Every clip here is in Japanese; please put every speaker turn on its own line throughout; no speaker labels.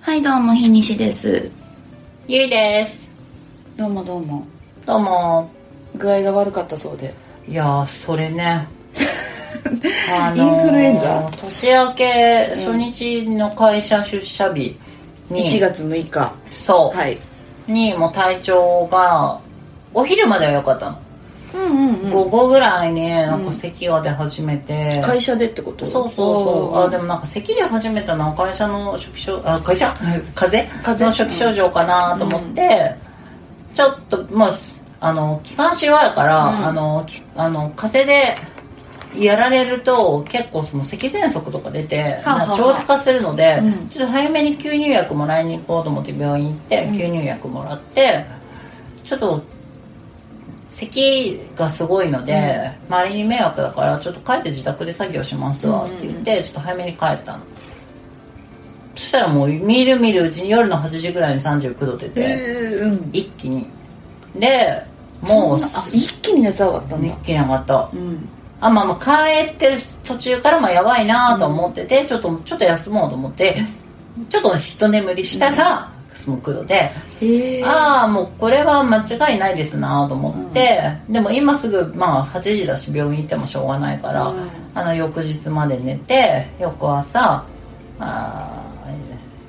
はいどうも日西です
ゆいです
どうもどうも
どうも
具合が悪かったそうで
いやーそれ ねあ
インフルエンザ
年明け初日の会社出社日に、
1月6日
そう、
はい
にもう体調がお昼までは良かったの、
うんうん
午後ぐらいになんか咳が出始めて、
会社でってこと
そうそうそうあ
ん
でもなんか咳で始めたのは会社の初期症あ会社風
風
邪の初期症状かなと思って、ちょっとまあすあの気管支はやから、
うん
あのきあの風邪でやられると結構その咳喘息とか出て、
あはあ
まあ長期化するので、
うん
ちょっと早めに吸入薬もらいに行こうと思って病院行って
うん
吸入薬もらって、ちょっと咳がすごいので、周りに迷惑だからちょっと帰って自宅で作業しますわって言って、ちょっと早めに帰ったのそしたらもう見る見るうちに夜の8時ぐらいに39度出て、
えーうん
一気にでもう
そんなあ一気に熱上がったんだ
一気に上がった
うん
あまあまあ帰ってる途中からまあやばいなと思ってて、ちょっとちょっと休もうと思ってちょっと一眠りしたら、その黒で
へえ
ああもうこれは間違いないですなと思って、でも今すぐまあ8時だし病院行ってもしょうがないから、
うん
あの翌日まで寝て翌朝あ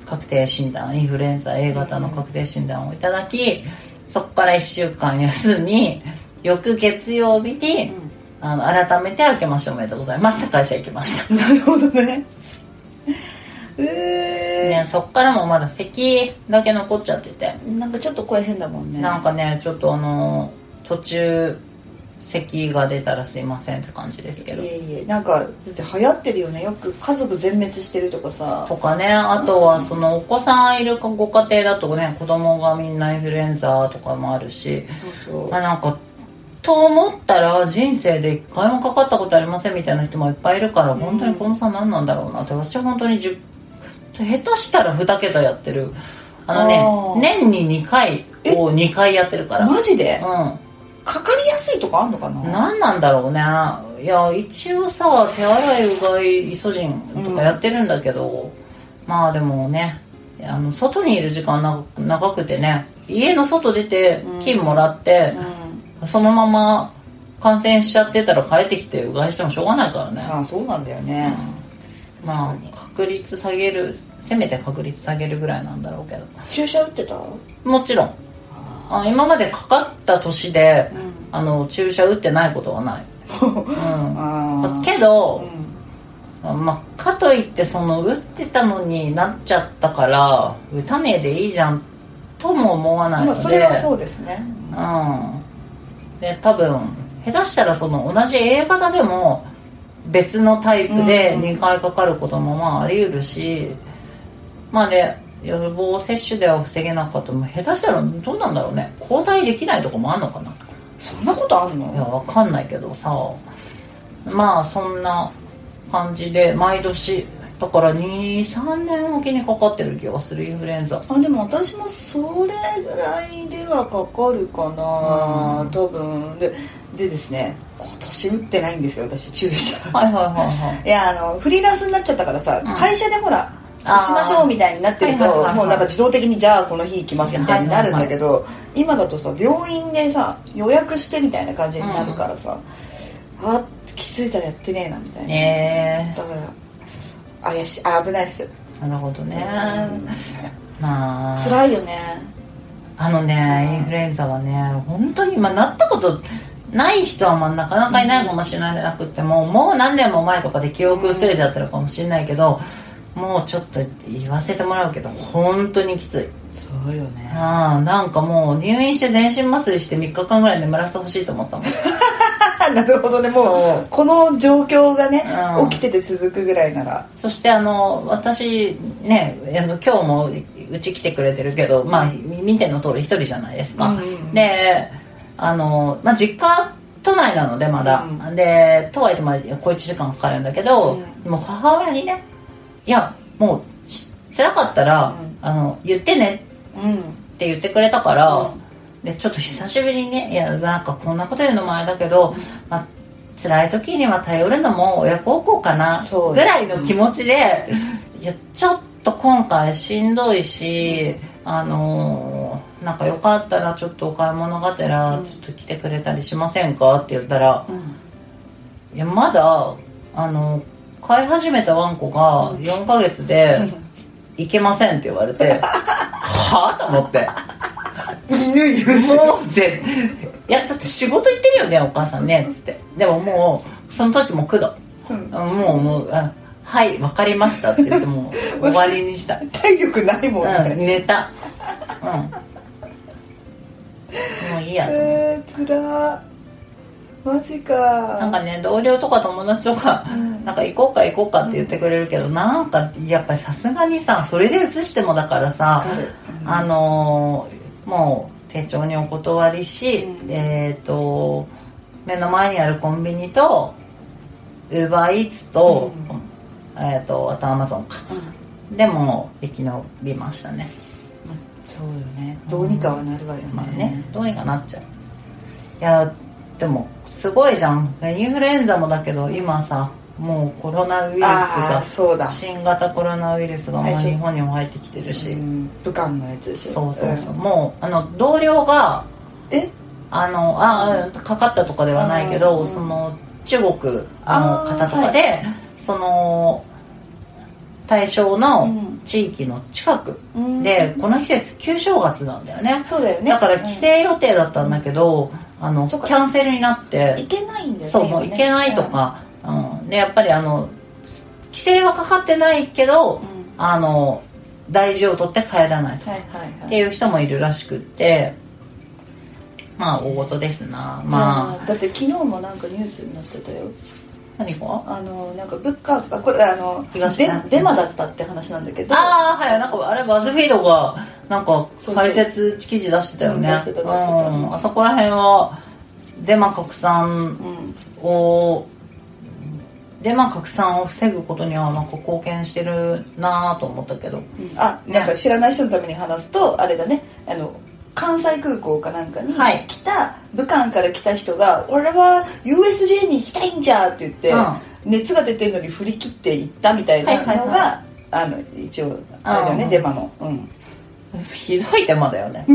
ー確定診断インフルエンザ A 型の確定診断をいただき、そこから1週間休み翌月曜日に、
ん
あの改めて明けましておめでとうございますって会社行きました
なるほど ねえ
ね、そっからもまだ咳だけ残っちゃってて、
ーなんかちょっと声変だもんね
なんかねちょっとあの途中咳が出たらすいませんって感じですけど
いえいえなんかだって流行ってるよねよく家族全滅してるとかさ
とかねあとはそのお子さんいるご家庭だとね子供がみんなインフルエンザとかもあるし
そうそう
まあなんかと思ったら人生で一回もかかったことありませんみたいな人もいっぱいいるから本当にこの差何なんだろうなって私は本当に10下手したら2桁やってるあの
あー
ね年に2回を2回やってるから
マジで
うん
かかりやすいとかあんのかな
何なんだろうねいや一応さ手洗いうがいイソジンとかやってるんだけど、まあでもねあの外にいる時間長く長くてね家の外出て
うん
金もらって、
うん
そのまま感染しちゃってたら帰ってきてうがいしてもしょうがないからね、
ああそうなんだよね
うんまあ
確かに
確率下げるせめて確率下げるぐらいなんだろうけど
注射打ってた
もちろんあ今までかかった年で、あの注射打ってないこと はない、うん、
ああ
けど、
うん
まあ、かといってその打ってたのになっちゃったから打たねえでいいじゃんとも思わな
ま
いの
あ
で、
それはそうですね
うん、で多分下手したらその同じ A 型でも別のタイプで
うんうん
2回かかることもまああり得るし、まあね予防接種では防げなかったも下手したらどうなんだろうね交代できないとかもあんのかな
そんなことあん
いや
の
わかんないけどさまあそんな感じで毎年だから23年おきにかかってる気がするインフルエンザ
あでも私もそれぐらいではかかるかな、
うん
多分ででですね今年打ってないんですよ私注射
はいはいはいはい
やあのフリーランスになっちゃったからさ、
うん
会社でほら
あー
打ちましょうみたいになってると
はいはいはいはい
もうなんか自動的にじゃあこの日行きますみたいになるんだけど、今だとさ病院でさ予約してみたいな感じになるからさ、あ気づいたらやってねえなみたい
い
な、
ね
だから怪しいあ危ないっすよ、
えなるほどね
うん
まあ
辛いよね
あのねインフルエンザはね本当にまあなったことない人はまあなかなかいないかもしれなくてももう何年も前とかで記憶薄れちゃってるかもしれないけどもうちょっと言わせてもらうけど本当にきつい
そうよね
ああなんかもう入院して全身麻酔して3日間ぐらい眠らせてほしいと思ったもん
なるほどねも
そう
この状況がね、
うん
起きてて続くぐらいなら
そしてあの私ねあの今日もうち来てくれてるけどまあみ見ての通り一人じゃないですか、
うんうんうん
であの、まあ、実家都内なのでまだ、
う
でとはいっても小1時間かかるんだけど、もう母親にねいやもうし辛かったら、
うん
あの言ってねって
うん
って言ってくれたから、
うん
でちょっと久しぶりにねいやなんかこんなこと言うのもあれだけど、まあ辛い時には頼るのも親孝行かな
そう
ぐらいの気持ちで、いやちょっとと今回しんどいし、あのーなんかよかったらちょっとお買い物がてらちょっと来てくれたりしませんかって言ったら、いやまだあの飼い始めたワンコが4ヶ月で「いけません」って言われてはあと思って
犬いる
もう絶対いやだって仕事行ってるよねお母さんねっつってでももうその時も苦度、
うん
もうもうあ「はいわかりました」って言ってもう終わりにした
体力ないもん
うん、
ね、
寝た。うん。もういいやと思って。
えー、つらーマジか
なんかね、同僚とか友達とか、
うん
なんか行こうか行こうかって言ってくれるけど、なんかやっぱりさすがにさ、それで移してもだからさ
わかる、うん
あのーもう丁重にお断りし、
うん
えっ、と、目の前にあるコンビニと、ウーバーイーツと、えっ、と、あとアマゾンか。
うん
でも、生き延びましたね。
そうよねどうにかはなるわよね,、
まあね、どうにかなっちゃう。いや、でも、すごいじゃん。インフルエンザもだけど、今さ、もうコロナウイルス
ああ
が、
そうだ、
新型コロナウイルスがもう日本にも入ってきてる
う
し、
ん、武漢のやつでしょ
そうそうそう。
ん
もう、あの、同僚が、
え
あの、ああ、かかったとかではないけど、
うん
その、中国の方とかで、その、対象
う
の
ん
地域の近く
うん
で、この季節旧正月なんだよね。
そうだよね
だから帰省予定だったんだけど、あのキ
そっか
ャンセルになっ
行
て
けないんだよね
そうもう行けないと、か、うんでやっぱりあの帰省はかかってないけど、
今ね
あの大事を取って帰らない
うん
と
はいはいは
っ
い
ていう人もいるらしくってまあ大事ですなまあ、
あだって昨日もなんかニュースになってたよ
何が
あのなんか物価あこれあの
東
デ
なんて
デマだったって話なんだけど
ああはいなんかあれバズフィードがなんか解説記事出してたよね
うん出してた出してた
うんあそこら辺はデマ拡散
うん
をデマ拡散を防ぐことにはなんか貢献してるなぁと思ったけど
あ
ね
なんか知らない人のために話すとあれだねあの関西空港かなんかに
はい
来た、武漢から来た人が「俺は USJ に行きたいんじゃ!」って言って、
うん
熱が出てるのに振り切って行ったみたいなのが、
はいはいは
あの一応あれだよね、
うん
デマのうん
ひどいデマだよね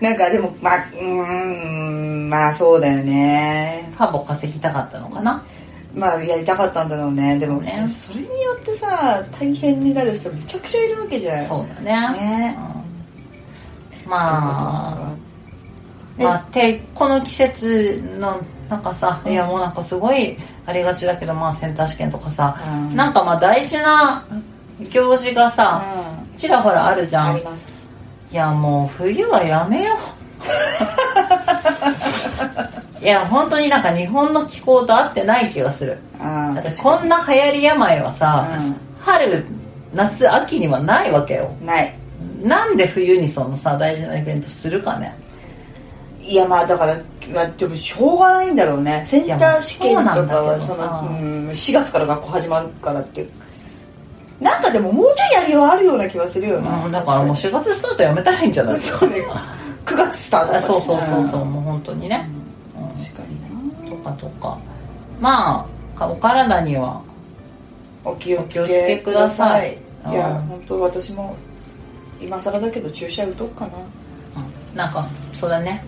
なんかでもまあうーんまあそうだよね
ハボ稼ぎたかったのかな
まあやりたかったんだろうねでも
ね
そそれによってさ大変になる人めちゃくちゃいるわけじゃん
そうだね
ね
うんまあまあ、てこの季節のなんかさ、いやもうなんかすごいありがちだけどまあセンター試験とかさ、
うん
なんかまあ大事な行事がさ、
う
ちらほらあるじ
ん、
ゃ
あ
ん
ります
いやもう冬はやめよう いや本当になんか日本の気候と合ってない気がする
あ
だって
私
こんな流行り病はさ、
うん
春夏秋にはないわけよ
ない
なんで冬にそのさ大事なイベントするかね
いやまあだから、まあ、でもしょうがないんだろうねセンター試験とか
いやまあそうなん
は
だけ
その
どあー
うん4月から学校始まるからってなんかでももうちょいやりようあるような気がするよな、
うんだからもう4月スタートやめたらいいんじゃない
そうね9月スタートだ
あそうそうそうそう、
ん
もう本当にね、
確かに
とかとかまあかお体には
なお気をつ
お気をつけ
け
く
く
だ
だ
さ
さ
い
い
うん
いや本当私も今更だけど注射打とうかな
うんなんかそうだね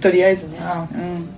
とりあえずね
う
うん